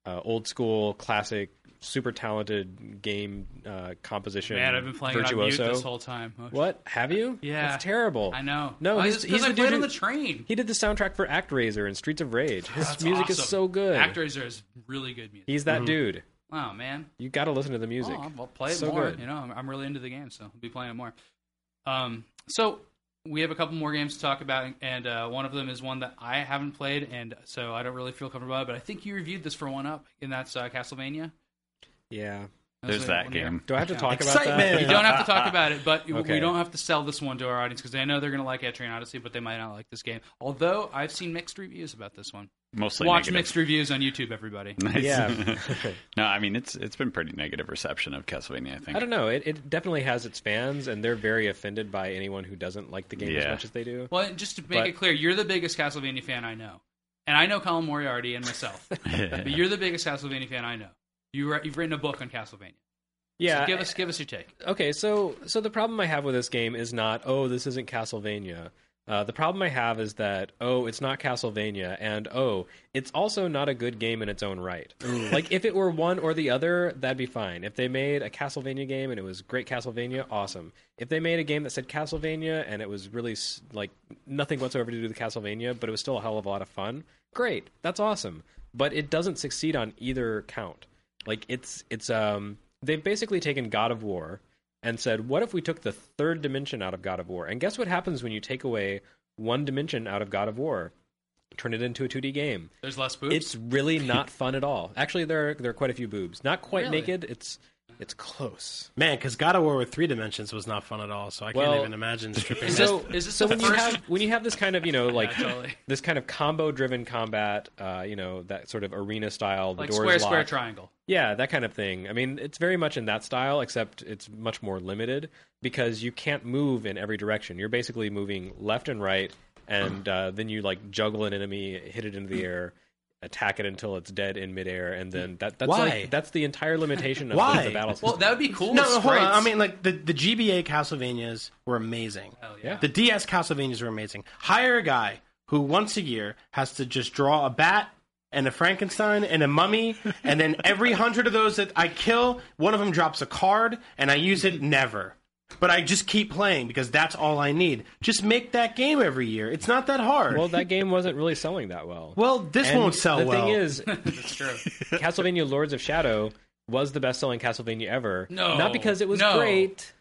E: uh, old school, classic, super talented game uh, composition.
B: Man, I've been playing it on mute this whole time. Oh,
E: What have you?
B: Yeah.
E: it's terrible.
B: I know.
E: No,
B: Oh,
E: he's,
B: it's 'cause
E: he's
B: I
E: the
B: played
E: dude
B: on
E: who-
B: the train.
E: He did the soundtrack for ActRaiser and Streets of Rage. His
B: That's
E: music is
B: awesome.
E: so good.
B: Actraiser is really good music.
E: He's that dude.
B: wow, man.
E: You got to listen to the music.
B: Oh, I'll play it
E: So
B: more.
E: good.
B: You know, I'm, I'm really into the game, so I'll be playing it more. Um, so we have a couple more games to talk about, and uh, one of them is one that I haven't played, and so I don't really feel comfortable about. it, But I think you reviewed this for one up, and that's uh, Castlevania.
E: Yeah.
B: That's
C: There's
B: the
C: that
B: one here.
C: game.
E: Do I have to
B: Yeah.
E: talk about
D: Excitement!
E: that?
B: You don't have to talk about it, but you- we
E: Okay.
B: don't have to sell this one to our audience because I know they're going to like Etrian Odyssey, but they might not like this game. Although I've seen mixed reviews about this one.
C: Mostly
B: Watch
C: negative.
B: mixed reviews on YouTube, everybody.
C: Nice.
E: Yeah.
C: no, I mean it's it's been pretty negative reception of Castlevania. I think.
E: I don't know. It, it definitely has its fans, and they're very offended by anyone who doesn't like the game as
C: Yeah.
E: much as they do.
B: Well, and just to make
E: But-
B: it clear, you're the biggest Castlevania fan I know, and I know Colin Moriarty and myself. but you're the biggest Castlevania fan I know. You wri- you've written a book on Castlevania.
E: Yeah.
B: so give us give us your take.
E: okay, so so the problem I have with this game is not oh this isn't Castlevania. Uh, the problem I have is that oh it's not Castlevania and oh it's also not a good game in its own right. like if it were one or the other, that'd be fine. If they made a Castlevania game and it was great Castlevania, awesome. If they made a game that said Castlevania and it was really s- like nothing whatsoever to do with Castlevania, but it was still a hell of a lot of fun, great, that's awesome. But it doesn't succeed on either count. Like it's it's um they've basically taken God of War and said, "What if we took the third dimension out of God of War?" And guess what happens when you take away one dimension out of God of War? Turn it into a 2D game.
B: There's less boobs.
E: It's really not fun at all. Actually, there are, there are quite a few boobs. Not quite
B: Really?
E: naked. It's it's close.
D: Man, because God of War with three dimensions was not fun at all, so I
E: Well,
D: can't even imagine stripping
B: Is
D: that.
B: this-
E: so
B: is this
E: so
B: the
E: when you
B: first-
E: have when you have this kind of you know like
B: totally.
E: this kind of combo driven combat, uh, you know that sort of arena style. The
B: like
E: doors
B: square square
E: lock.
B: triangle.
E: Yeah, that kind of thing. I mean, it's very much in that style, except it's much more limited because you can't move in every direction. You're basically moving left and right, and uh, then you like juggle an enemy, hit it into the air, attack it until it's dead in midair, and then that, that's
D: Why?
E: like that's the entire limitation of
D: Why?
E: the battle system.
B: Well, that would be cool.
D: No,
B: with
D: no, hold on.
B: sprites.
D: I mean, like the, the GBA Castlevanias were amazing.
B: Hell yeah.
D: The DS Castlevanias were amazing. Hire a guy who once a year has to just draw a bat and a Frankenstein and a mummy, and then every hundred of those that I kill, one of them drops a card, and I use it never. But I just keep playing because that's all I need. Just make that game every year. It's not that hard.
E: well,
D: Well,
E: that game wasn't really selling that well.
D: this
E: And
D: won't sell
E: the
D: well.
E: thing is,
B: That's true.
E: Castlevania Lords of Shadow was the best selling Castlevania ever.
B: No.
E: Not because it was
B: No.
E: great,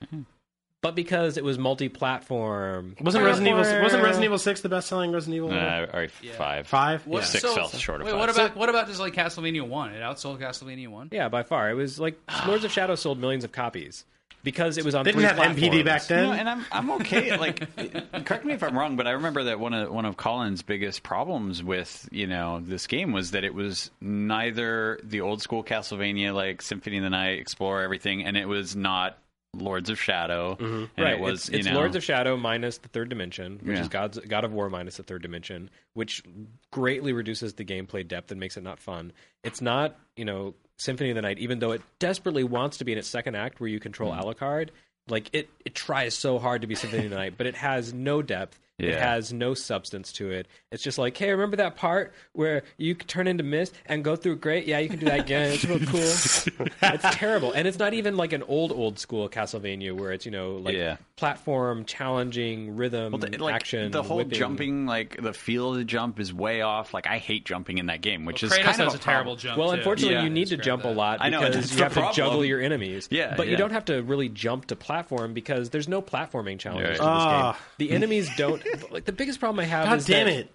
E: but because it was multi platform.
D: wasn't Resident Evil wasn't Resident Evil Six the best selling Resident Evil
C: Uh, all right, five.
D: five?
B: What-
D: Yeah.
C: Six fell short of
B: wait,
C: five.
B: what about what about just like Castlevania One? It outsold Castlevania One.
E: Yeah, by far. It was like Lords of Shadow sold millions of copies because it was on
D: They didn't
E: three
D: have MPD back
E: platforms.
D: then.
C: No, and I'm I'm okay. Like, correct me if I'm wrong, but I remember that one of one of Colin's biggest problems with you know this game was that it was neither the old school Castlevania like Symphony of the Night, Explore everything, and it was not Lords of Shadow, and
E: Mm-hmm. right.
C: it was
E: it's,
C: you
E: it's
C: know
E: Lords of Shadow minus the third dimension, which
C: Yeah.
E: is God's, God of War minus the third dimension, which greatly reduces the gameplay depth and makes it not fun. It's not, you know, Symphony of the Night, even though it desperately wants to be in its second act where you control
C: Mm.
E: Alucard. Like it, it tries so hard to be Symphony of the Night, but it has no depth. It
C: Yeah.
E: has no substance to it. It's just like, hey, remember that part where you could turn into mist and go through? Great, yeah, you can do that again. It's real cool. it's terrible, and it's not even like an old, old school Castlevania where it's you know like
C: Yeah.
E: platform challenging rhythm
C: Well, the- like,
E: action.
C: the whole
E: whipping.
C: jumping, like the feel of the jump is way off. Like I hate jumping in that game, which
B: Kratos
C: is kind
B: has
C: of
B: a terrible
C: problem.
B: jump.
E: Well,
B: too.
E: unfortunately,
C: Yeah.
E: you need to
B: Scrap
E: jump
B: that.
E: a lot
C: I know,
E: because
C: that's
E: you
C: the
E: have to
C: problem.
E: juggle your enemies.
C: Yeah,
E: but you
C: yeah.
E: don't have to really jump to platform because there's no platforming challenges
C: Right.
E: to this
D: Ah.
E: game. The enemies don't. Like the biggest problem I have
D: God
E: is
D: damn
E: that
D: it.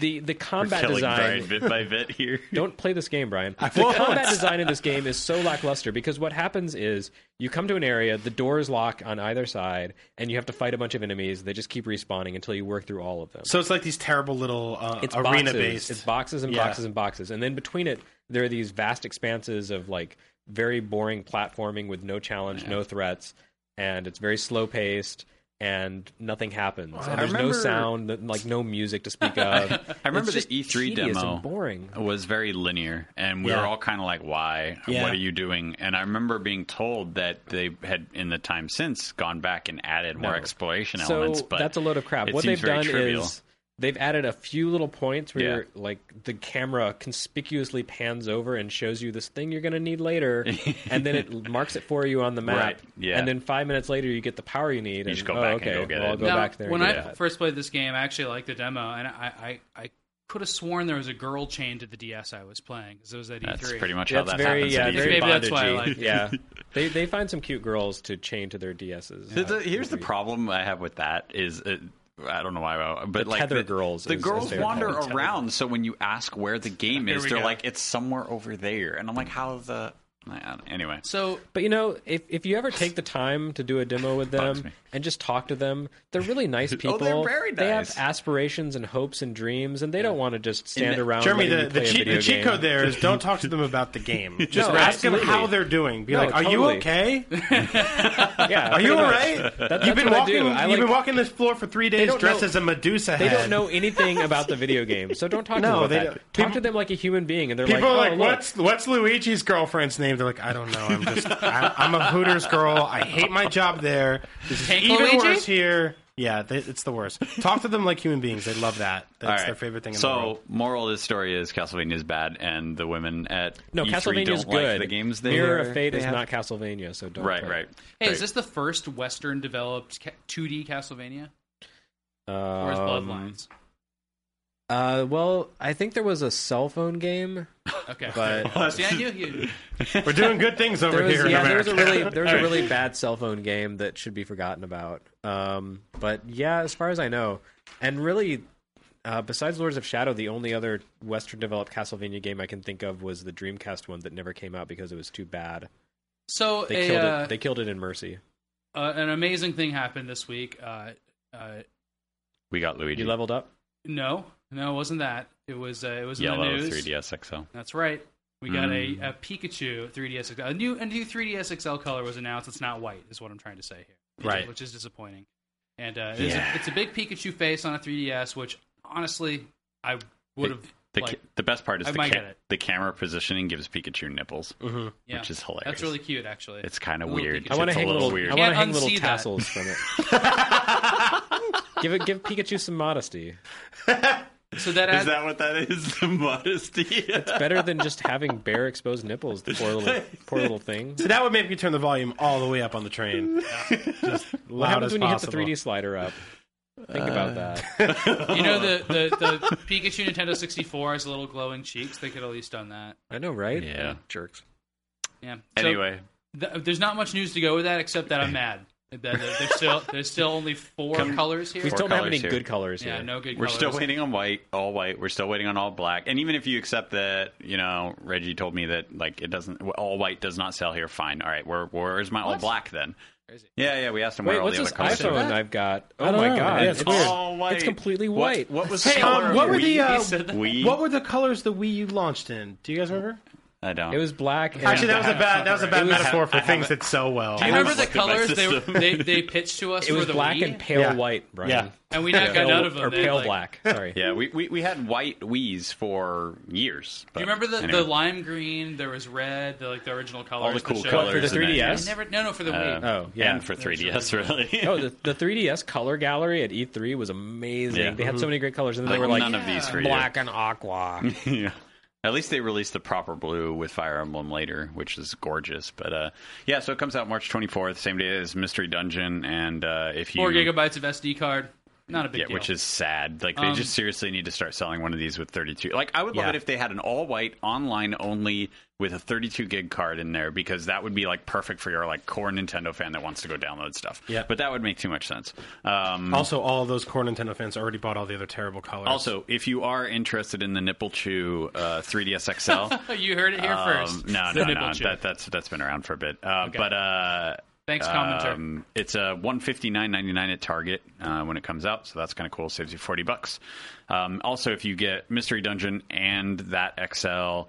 E: the the
C: We're
E: combat
C: killing
E: design.
C: Brian bit by bit here.
E: Don't play this game, Brian. The combat design in this game is so lackluster because what happens is you come to an area, the doors lock on either side, and you have to fight a bunch of enemies. They just keep respawning until you work through all of them.
D: So it's like these terrible little uh,
E: it's
D: arena
E: boxes.
D: based.
E: It's boxes and
D: Yeah.
E: boxes and boxes, and then between it, there are these vast expanses of like very boring platforming with no challenge, no threats, and it's very slow paced. And nothing happens. And there's
C: remember-
E: no sound, th- like no music to speak of.
C: I remember
E: It's
C: the E3
E: just tedious
C: demo
E: And boring.
C: was very linear, and we
D: Yeah.
C: were all kind of like, "Why?
D: Yeah.
C: What are you doing?" And I remember being told that they had, in the time since, gone back and added more exploration
E: so
C: elements. But
E: that's a load of crap.
C: it
E: What
C: seems
E: they've
C: very
E: done
C: trivial.
E: is they've added a few little points where
C: Yeah.
E: you're, like the camera conspicuously pans over and shows you this thing you're going to need later, and then it marks it for you on the map.
C: Right, yeah.
E: And then five minutes later, you get the power you need. You and,
C: just go
E: "Oh,
C: back and
E: okay,
C: go get
E: well,
C: it."
E: I'll go
B: Now,
E: back there.
B: When
E: and
B: I
E: get that.
B: first played this game, I actually liked the demo, and I, I, I could have sworn there was a girl chained to the DS I was playing because it was at E E3.
C: That's pretty much
E: that's
C: how that
E: very
C: happens.
E: yeah,
C: at E3.
E: very
B: Maybe that's why I
E: bondage-y.
B: like it.
E: yeah. They they find some cute girls to chain to their DSs.
C: The- the- here's the
E: Maybe.
C: problem I have with that is. uh I don't know why, but like
E: tether
C: the,
E: girls
C: the
E: is-
C: girls
E: is their
C: wander
E: call.
C: around. So when you ask where the game
B: Here
C: is,
B: we
C: they're
B: go.
C: like, "It's somewhere over there," and I'm like, "How the?" I don't- Anyway,
B: So
E: But you know, if if you ever take the time to do a demo with
C: Bugs
E: them
C: me. Oh,
E: and just talk to them, they're really nice people.
C: they're very
E: They have
C: nice.
E: aspirations and hopes and dreams, and they don't want to just stand
C: And the-
E: around.
D: Jeremy,
E: letting
D: the,
E: you
D: the,
E: play a
D: cheat,
E: video
D: the cheat
E: game.
D: code there is don't talk to them about the game. Just
E: No,
D: ask them
E: absolutely.
D: how they're doing. Be
E: No,
D: like, are you
E: totally.
D: okay?
E: Yeah,
D: Are you
E: pretty
D: all
E: much.
D: right?
E: that's
D: you've been
E: what I
D: walking.
E: do. I
D: you've
E: like-
D: been walking this floor for three days
E: don't
D: dressed
E: know-
D: as a Medusa.
E: They
D: head.
E: don't know anything about the video game, so don't talk to
D: No,
E: them about
D: they
E: that.
D: don't-
E: Talk to them like a human being, and they're
D: People
E: like,
D: are like,
E: "Oh, look,
D: what's what's Luigi's girlfriend's name? They're like, I don't know. I'm just I'm, I'm a Hooters girl. I hate my job there. This is
B: Take
D: even
B: Luigi?
D: worse here. Yeah, they, it's the worst. Talk to them like human beings. They love that. That's
C: All
D: their
C: right.
D: favorite thing in
C: so,
D: the world.
C: moral of this story is Castlevania is bad, and the women at
E: No,
C: E3
E: Castlevania's
C: don't
E: good.
C: like the games they
E: Mirror of Fate
C: they
E: is
C: have.
E: not Castlevania, so don't.
C: right,
E: play
C: right.
E: it.
B: Hey,
C: right.
B: is this the first Western developed ca- 2D Castlevania? Or is
E: Um,
B: Bloodlines?
E: Uh, well, I think there was a cell phone game.
B: Okay.
E: but-
B: See, I knew you.
D: We're doing good things over
E: There was,
D: here. in
E: yeah, there was a
D: America.
E: really there was a really bad cell phone game that should be forgotten about. Um, but yeah, as far as I know, and really, uh, besides Lords of Shadow, the only other Western developed Castlevania game I can think of was the Dreamcast one that never came out because it was too bad.
B: So
E: They
B: a,
E: killed
B: uh,
E: it. They killed it in Mercy.
B: uh, an amazing thing happened this week. Uh, uh,
C: we got Luigi
E: You leveled up.
B: no, no, it wasn't that. It was uh, it was in
C: yellow
B: the news.
C: 3DS XL.
B: That's right. We got
C: Mm.
B: a, a Pikachu 3DS XL. A new, a new 3DS XL color was announced. It's not white, is what I'm trying to say here.
D: Right.
B: Which is disappointing. And uh, it's,
C: Yeah.
B: a, it's a big Pikachu face on a 3DS, which honestly, I would have.
C: The,
B: like,
C: ca- the best part is
B: I
C: the,
B: might
C: ca-
B: get it.
C: the camera positioning gives Pikachu nipples,
B: yeah.
C: which is hilarious.
B: That's really cute, actually.
C: it's kind of
B: Little
C: weird.
B: Pikachu.
E: I
C: want to
E: hang little.
C: weird.
E: I want
B: Can't
E: to hang little
B: unsee that.
E: tassels from it. give it. Give Pikachu some modesty.
B: so that
C: is
B: adds
C: that what that is? The modesty.
E: Better than just having bare exposed nipples. The poor little poor little thing.
D: So that would make me turn the volume all the way up on the train. Just
E: What
D: loud
E: happens
D: as
E: when
D: possible.
E: you hit the 3D slider up? Think
C: Uh,
E: about that.
B: You know the, the, the Pikachu Nintendo 64 has little glowing cheeks. They could at least done that.
E: I know, right?
C: Yeah.
E: jerks.
B: Yeah. So
C: anyway,
B: th- there's not much news to go with that except that I'm mad. That- that There's still there's still only four
C: Come-
B: colors here.
E: We
C: Four
E: still don't have any
C: colors here.
E: good colors here.
B: yeah, no good.
C: we're
B: colors.
C: still waiting on white, all white. We're still waiting on all black. And even if you accept that, you know, Reggie told me that like it doesn't all white does not sell here. Fine. All right. Where where's my all
B: What?
C: black then?
B: Crazy.
C: Yeah, yeah. We asked him
E: Wait,
C: where all
E: what's
C: the
E: this
C: other colors. are.
E: iPhone I've got? Oh
A: I don't
E: my
A: know.
E: god,
A: Yeah,
E: it's,
A: it's
E: weird.
B: Oh,
C: all white.
E: It's completely
C: What-
E: white.
C: What, was
D: Hey,
C: the color
D: um,
C: of
D: what were
C: Wii?
D: the
B: He
D: uh,
B: said that.
C: Wii?
D: what were the colors the Wii U launched in? Do you guys remember?
C: I don't.
E: It was black. And
D: Actually, that was a
B: that's not
D: bad that was a bad
E: right.
D: metaphor for things that sell well.
B: Do you remember the
C: looked at my
B: colors they,
C: system.
B: they they pitched to us
E: it was
B: for the
E: black
B: Wii?
E: and pale
D: Yeah.
E: white, Brian.
D: Yeah.
B: And we not got
E: Pale-
B: out of them.
E: or
B: They,
E: pale
B: like-
E: black. Sorry.
C: Yeah, we, we, we had white Wii's for years.
B: Do you remember the, the lime green? There was red. The, like the original colors.
C: the cool
B: that showed-
E: What, for the
C: colors and then,
E: 3DS?
B: I never. No, no, for the Wii.
E: Oh yeah.
C: And for 3DS, really.
E: oh, the, the 3DS color gallery at E3 was amazing.
C: Yeah. Mm-hmm.
E: They had so many great colors, and then
C: Like,
E: they were like
C: none of these for you.
E: black and aqua.
C: yeah. At least they released the proper blue with Fire Emblem later, which is gorgeous. But uh, yeah, so it comes out March 24th, same day as Mystery Dungeon. And uh, if you.
B: Four gigabytes of SD card. Not a big
C: Yeah,
B: deal.
C: which is sad. Like they
B: Um,
C: just seriously need to start selling one of these with 32. Like I would love
D: Yeah.
C: it if they had an all white online only with a 32 gig card in there because that would be like perfect for your like core Nintendo fan that wants to go download stuff.
D: Yeah.
C: but that would make too much sense. Um,
D: Also, all of those core Nintendo fans already bought all the other terrible colors.
C: also, if you are interested in the Nipple Chew uh, 3DS XL,
B: Oh, you heard it here
C: um,
B: first.
C: no,
B: The
C: no,
B: nipple
C: no,
B: chew.
C: that, that's that's been around for a bit. Uh, But uh,
B: Thanks, commenter.
C: um, it's a one fifty nine ninety nine at Target uh, when it comes out, so that's kind of cool. Saves you forty bucks. Um, also, if you get Mystery Dungeon and that XL,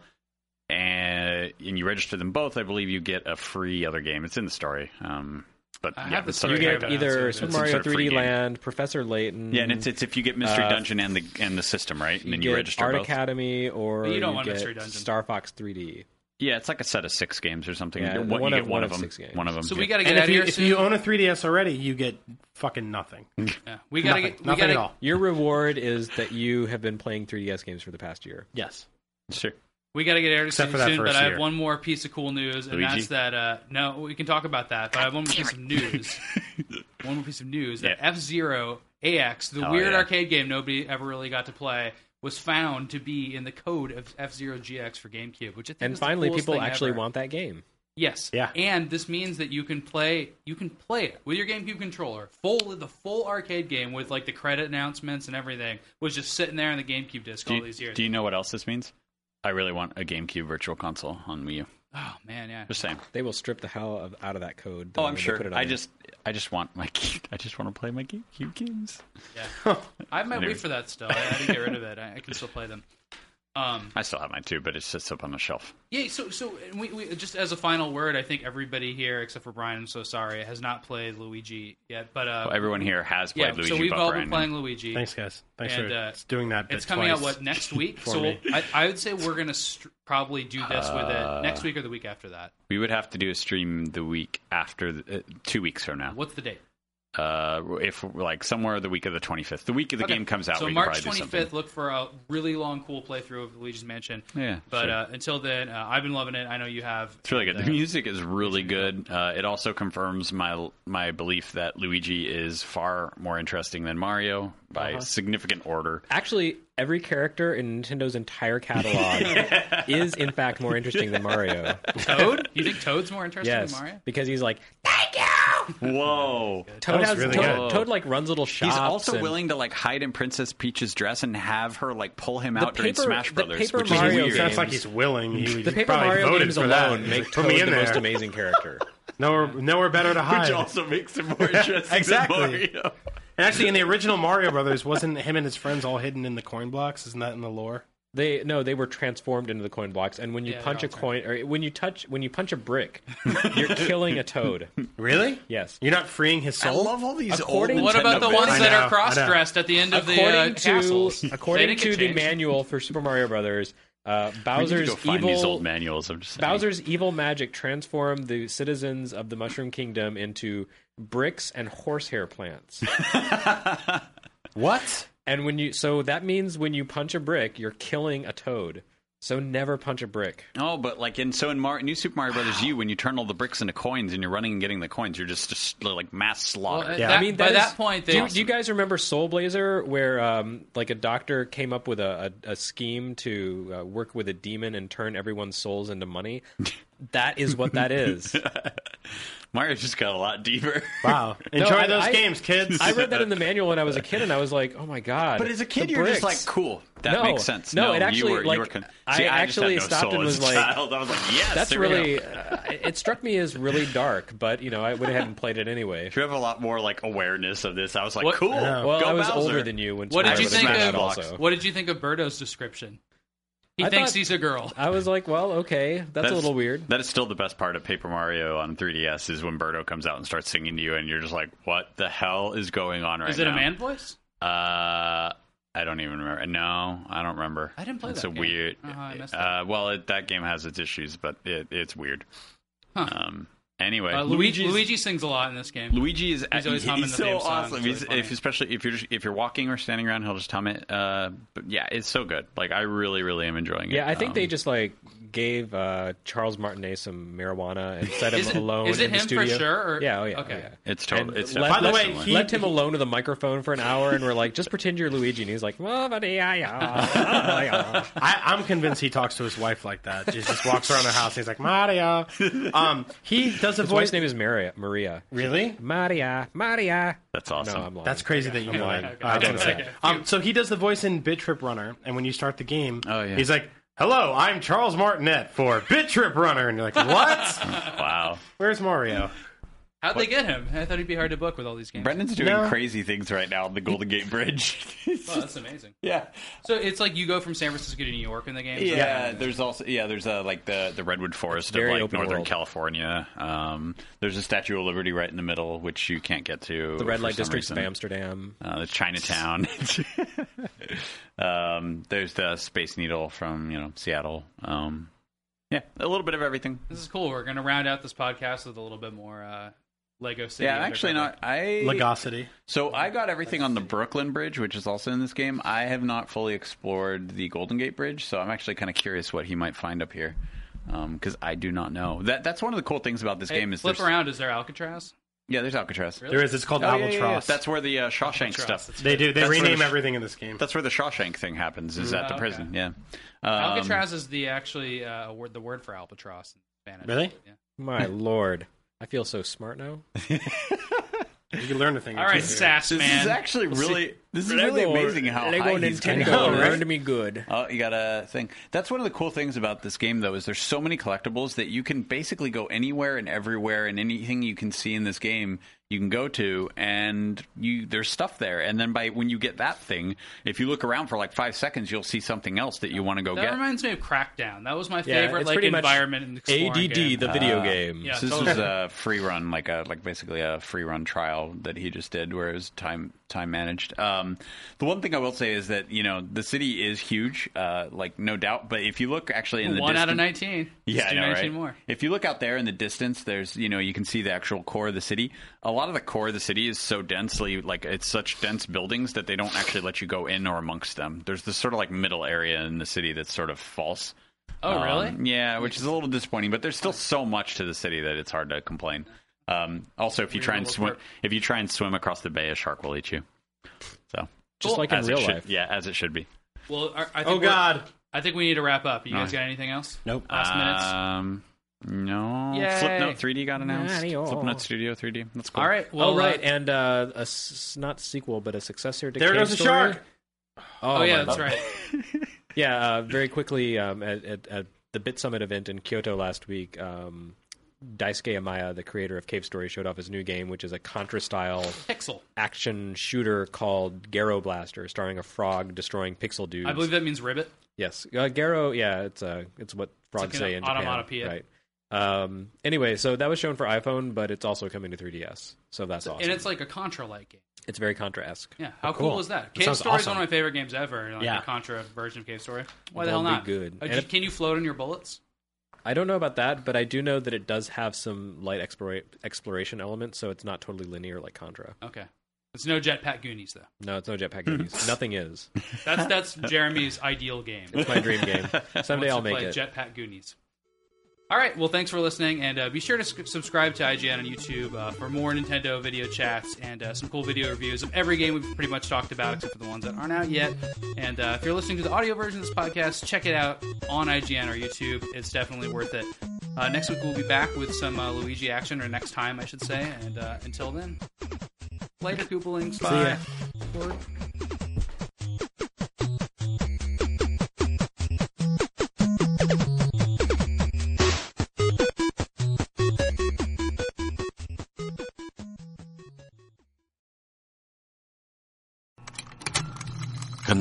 C: and, and you register them both, I believe you get a free other game. It's in the story. Um, but
B: I
C: yeah,
B: have the
C: it's
B: story
C: something
B: here,
C: like
B: but
C: that.
B: I don't see it.
E: Either
B: It's
E: Super
B: some
E: Mario
C: sort of free
E: 3D
C: game.
E: Land, Professor Layton.
C: Yeah, and it's it's if you get Mystery
E: Uh,
C: Dungeon and the and the system right, and then
E: get
C: you register
E: Art
C: both.
E: Academy or
B: But you
E: you
B: don't want
E: get
B: Mystery Dungeon.
E: Star Fox 3D.
C: Yeah, it's like a set of six games or something.
E: Yeah,
C: You get one,
E: one
C: you
E: of-
C: get one,
E: one
C: of
E: of
C: them.
E: six games.
C: One of them.
B: So
C: yeah.
B: we got to get
D: And
B: out
D: if
B: of
D: you,
B: here
D: if
B: soon.
D: you own a 3DS already, you get fucking nothing.
B: Yeah. We got to
D: nothing
B: get. We
D: nothing
B: got
D: at
B: to.
D: all.
E: Your reward is that you have been playing 3DS games for the past year.
D: Yes.
C: Sure.
B: We got to get out of here
D: Except for that
B: soon. But
D: first
B: I have
D: year.
B: one more piece of cool news, and
C: Luigi?
B: that's that. Uh, no, we can talk about that. But I have one more piece of news. one more piece of news that
C: Yeah.
B: F Zero AX, the
C: Oh,
B: weird
C: yeah.
B: arcade game nobody ever really got to play, was found to be in the code of F Zero GX for GameCube, which I think
E: And
B: is the
E: finally,
B: coolest
E: people
B: thing
E: actually
B: ever.
E: want that game.
B: Yes.
D: Yeah.
B: And this means that you can play you can play it with your GameCube controller. Full the full arcade game with like the credit announcements and everything was just sitting there in the GameCube disc
C: Do
B: all
C: you,
B: these years.
C: do you know what else this means? I really want a GameCube Virtual Console on Wii U.
B: oh man, yeah.
C: Just saying.
E: They will strip the hell of, out of that code. the
C: Oh, I'm
E: moment they
C: sure.
E: put it on
C: I
E: there.
C: just, I just want my, I just want to play my GameCube games.
B: I might
C: Anyway.
B: wait for that still. I, I didn't get rid of it. I, I can still play them. Um,
C: I still have mine too, but it sits up on the shelf.
B: yeah. So, so and we, we just as a final word, I think everybody here except for Brian, I'm so sorry, has not played Luigi yet. But uh,
C: Well, everyone here has
B: yeah,
C: played Luigi.
B: so we've
C: but
B: all
C: Brian.
B: been playing Luigi.
D: Thanks, guys. Thanks
B: And,
D: for
B: uh,
D: doing that. bit
B: It's coming out
D: twice.
B: what next week.
D: for
B: so
D: me.
B: I, I would say we're gonna str probably do this with
C: Uh,
B: it next week or the week after that.
C: We would have to do a stream the week after, the, uh, two weeks from now.
B: What's the date?
C: Uh, if like somewhere the week of the 25th, the week of the
B: Okay.
C: game comes out.
B: So
C: we could
B: March
C: probably do
B: 25th.
C: something.
B: Look for a really long, cool playthrough of Luigi's Mansion.
C: Yeah,
B: But
C: sure.
B: uh, until then, uh, I've been loving it. I know you have.
C: It's really good. The music is really good. Uh, it also confirms my my belief that Luigi is far more interesting than Mario by
E: Uh-huh.
C: significant order.
E: Actually, every character in Nintendo's entire catalog is, in fact, more interesting than Mario.
B: Toad. You think Toad's more interesting
E: Yes,
B: than Mario?
E: because he's like
C: Whoa!
E: Toad
D: was
E: has
D: really
E: Toad,
C: good.
E: Toad, like runs little shops.
C: He's also
E: and
C: willing to like hide in Princess Peach's dress and have her like pull him out during
E: paper-
C: Smash
E: the
C: Brothers,
E: paper
C: which
E: Mario
C: is
D: It
C: weird.
E: games-
D: sounds like he's willing. He,
E: The
D: he
E: Paper
D: probably
E: Mario
D: voted
E: games
D: for
E: alone
D: that.
E: make
D: Put
E: Toad
D: me
E: the
D: in
E: most
D: there.
E: amazing character.
D: Nowhere, nowhere better to hide.
C: which also makes him more interesting
D: Exactly.
C: than Mario.
D: And actually, in the original Mario Brothers, wasn't him and his friends all hidden in the coin blocks? Isn't that in the lore?
E: They no, they were transformed into the coin blocks, and when you
B: Yeah,
E: punch
B: they're
E: a coin or when you touch when you punch a brick, you're killing a toad.
D: Really?
E: Yes.
D: You're not freeing his
C: I
D: soul.
C: love all these
E: According-
C: old.
B: What
C: Nintendo
B: about the
C: bits.
B: ones
D: I
B: that
D: know,
B: are cross-dressed at the end of the uh,
E: according
B: castles?
E: to
B: They
E: according
B: didn't get
E: to the
B: changed.
E: manual for Super Mario Brothers,
C: We need
E: uh,
C: to
E: Bowser's
C: go find
E: evil
C: these old manuals. I'm just saying.
E: Bowser's evil magic transformed the citizens of the Mushroom Kingdom into bricks and horsehair plants.
D: What?
E: and when you so that means when you punch a brick, you're killing a toad. So never punch a brick.
C: Oh, but like in so in Mar- New Super Mario Brothers U, when you turn all the bricks into coins and you're running and getting the coins, you're just, just like mass slaughter.
B: Well,
D: Yeah.
B: that-
D: I
E: Uh, mean,
B: by
E: that
B: that
E: is-
B: point, they,
E: Do you, do you guys remember Soul Blazer, where um, like a doctor came up with a, a, a scheme to uh, work with a demon and turn everyone's souls into money? that is what that is.
C: Mario just got a lot deeper.
D: Wow. Enjoy
E: I-
D: those
E: I-
D: games, kids.
E: I read that in the manual when I was a kid, and I was like, "Oh my god!"
C: But as a kid,
E: the
C: you're just like,
E: bricks.
C: cool. That
E: No.
C: makes sense.
E: No,
C: No,
E: it actually,
C: you were,
E: like,
C: you were con-
E: I
C: See, just
E: actually
C: had no
E: stopped
C: soul
E: and
C: as
E: was
C: a
E: like,
C: child. I was like, yes,
E: That's
C: there we go.
E: really. Uh, it struck me as really dark, but you know, I went ahead and played it anyway.
C: You have a lot more like awareness of this. I was like,
B: What-
C: cool.
E: Well,
C: go
E: I was
C: Bowser.
E: older than you when.
B: What did
E: Super
B: you
E: Mario
B: think of?
E: Brothers came out Also.
B: What did you think of Birdo's description? He
E: I
B: thinks
E: thought-
B: he's a girl.
E: I was like, well, okay, that's, a little weird.
C: That is still the best part of Paper Mario on 3DS is when Birdo comes out and starts singing to you, and you're just like, "What the hell is going on right now?"
B: Is it a man voice?
C: Uh, I don't even remember. No, I don't remember.
B: I didn't play
C: it's
B: that
C: a
B: game.
C: weird.
B: Uh-huh, I missed
C: uh, well, it, that game has its issues, but it, it's weird.
B: Huh.
C: Um. Anyway,
B: Uh, Luigi
C: Luigi's-
B: Luigi sings a lot in this game.
C: Luigi is
B: He's always humming the
C: so
B: theme song.
C: awesome.
B: It's really
C: he's
B: funny.
C: if, especially if you're just, if you're walking or standing around, he'll just hum it. Uh, but yeah, it's so good. Like I really, really am enjoying it.
E: Yeah, I think
C: Um,
E: they just like gave uh, Charles Martinet some marijuana and set him
B: Is it-
E: alone
B: is it
E: in the
B: him for
E: studio.
B: sure, or-
E: Yeah, oh yeah.
B: Okay.
E: oh, yeah.
C: Uh, It's totally.
E: And
C: It's
E: let-
D: By the
C: definitely
D: way,
C: similar.
D: he-
E: left him alone with a microphone for an hour, and we're like, just pretend you're Luigi, and he's like, "Well, but yeah, yeah, yeah, yeah."
D: I, I'm convinced he talks to his wife like that. He just walks around the house. He's like Mario. Um, he does a
E: His
D: voice
E: wife's name is Maria. Maria.
D: Really?
E: Maria. Maria.
C: that's awesome.
E: No, I'm lying.
D: That's crazy that you know.
E: Okay.
D: that.
E: Okay.
D: Uh, I don't
E: Okay.
D: know. Um, so he does the voice in Bit Trip Runner, and when you start the game,
C: Oh, yeah.
D: he's like, "Hello, I'm Charles Martinet for Bit Trip Runner," and you're like, "What?
C: wow,
D: Where's Mario?"
B: How'd they get him? I thought he'd be hard to book with all these games.
C: Brendan's doing
D: No.
C: crazy things right now on the Golden Gate Bridge.
B: Oh, that's amazing.
C: yeah.
B: So it's like you go from San Francisco to New York in the game.
C: Yeah, there's also yeah, there's uh, like the the redwood forest of
E: very
C: like
E: open
C: northern
E: world.
C: California. Um, there's a Statue of Liberty right in the middle, which you can't get to.
E: the red
C: for
E: light
C: some
E: districts of
C: reason.
E: Amsterdam.
C: Uh, there's Chinatown. um, there's the Space Needle from you know Seattle. Um, Yeah, a little bit of everything.
B: This is cool. We're gonna round out this podcast with a little bit more uh, Lego City.
C: Yeah, I'm actually not. I
D: Legosity.
C: So I got everything on the Brooklyn Bridge, which is also in this game. I have not fully explored the Golden Gate Bridge, so I'm actually kind of curious what he might find up here, because I do not know. That that's one of the cool things about this
B: Hey,
C: game is
B: flip
C: there's-
B: around. Is there Alcatraz?
C: Yeah, there's Alcatraz.
D: There is. It's called
C: Oh, yeah, yeah,
D: Albatross.
C: yeah. That's where the uh, Shawshank
B: Alcatraz,
C: stuff.
B: that's
D: they do. They
C: that's where
D: rename
C: the-
D: everything in this game.
C: That's where the Shawshank thing happens. Is at
B: Ah,
C: the
B: okay.
C: prison. Yeah. Um,
B: Alcatraz is the actually uh, word, the word for albatross in Spanish.
D: Really?
B: Yeah.
E: My lord, I feel so smart now.
D: You can learn a thing. or
B: All
D: two
B: right,
D: here.
B: Sass
C: This
B: man.
C: is actually really. This is really amazing how
E: Lego
C: high he's
E: Nintendo
C: getting.
D: know, right?
E: learned me good.
C: Oh, you got a thing. That's one of the cool things about this game, though, is there's so many collectibles that you can basically go anywhere and everywhere, and anything you can see in this game, you can go to, and you there's stuff there. And then by when you get that thing, if you look around for like five seconds, you'll see something else that you want to go
B: that
C: get.
B: reminds me of Crackdown. That was my
E: Yeah,
B: favorite
E: it's
B: like
E: pretty much
B: environment in the exploring
E: ADD,
B: game. Uh,
E: the video game.
B: yeah.
C: so this
B: totally.
C: was a free run, like a like basically a free run trial that he just did, where it was time time managed. Um, the one thing I will say is that you know the city is huge, uh, like no doubt. But if you look actually in the
B: one out of
C: distant-
B: nineteen.
C: Yeah,
B: Let's
C: I
B: do
C: know,
B: nineteen
C: right?
B: more.
C: If you look out there in the distance, there's you know you can see the actual core of the city. A lot of the core of the city is so densely like it's such dense buildings that they don't actually let you go in or amongst them. There's this sort of like middle area in the city that's sort of false.
B: Oh, really?
C: Um, yeah, which is a little disappointing, but there's still so much to the city that it's hard to complain. Um, also, if you try and
B: little
C: swim,
B: perp.
C: if you try and swim across the bay, a shark will eat you. So
E: Just like in
C: as it
E: real
C: should-
E: life.
C: yeah, as it should be.
B: Well, I, I think
D: Oh
B: we're-
D: God. Uh,
B: I think we need to wrap up. You guys got anything else?
D: Nope.
B: Last minutes.
C: Um, no.
B: Yay.
C: Flipnote 3D got announced.
E: Mario.
C: Flipnote Studio 3D. That's cool.
B: All right. Well,
E: Oh right,
B: uh,
E: and uh, a s- not sequel, but a successor to
D: There
E: Cave
D: goes the
E: Story.
D: shark.
B: oh,
E: my
B: yeah, that's
E: God.
B: right.
E: Yeah, uh, very quickly um, at, at, at the Bit Summit event in Kyoto last week, um, Daisuke Amaya, the creator of Cave Story, showed off his new game, which is a Contra style
B: Pixel.
E: action shooter called Garo Blaster, starring a frog destroying pixel dudes.
B: I believe that means ribbit.
E: Yes, uh, Garo. Yeah, it's uh, it's what frogs
B: like an
E: say in
B: onomatopoeia.
E: Japan, right? Um, anyway, so that was shown for iPhone, but it's also coming to 3DS. So that's awesome.
B: And it's like a Contra like game.
E: it's very Contra esque.
B: Yeah. How
D: cool.
B: cool. is that? Cave
D: sounds
B: Story is
D: awesome.
B: one of my favorite games ever. Like
D: Yeah.
B: The Contra version of Cave Story. Why the
E: That'll
B: hell not?
E: be good.
B: Uh,
E: And if-
B: can you float on your bullets?
E: I don't know about that, but I do know that it does have some light explora- exploration elements, so it's not totally linear like Contra.
B: Okay. It's no Jetpack Goonies though.
E: No, it's no jetpack goodies. Nothing is.
B: That's that's Jeremy's ideal game.
E: It's my dream game.
B: wants
E: Someday I'll
B: to
E: make
B: play
E: it.
B: Jetpack Goonies. All right. Well, thanks for listening, and uh, be sure to s- subscribe to IGN on YouTube uh, for more Nintendo video chats and uh, some cool video reviews of every game we've pretty much talked about, except for the ones that aren't out yet. And uh, if you're listening to the audio version of this podcast, check it out on IGN or YouTube. It's definitely worth it. Uh, next week we'll be back with some uh, Luigi action, or next time I should say. And uh, until then, later, Koopalings. Bye.
D: ya.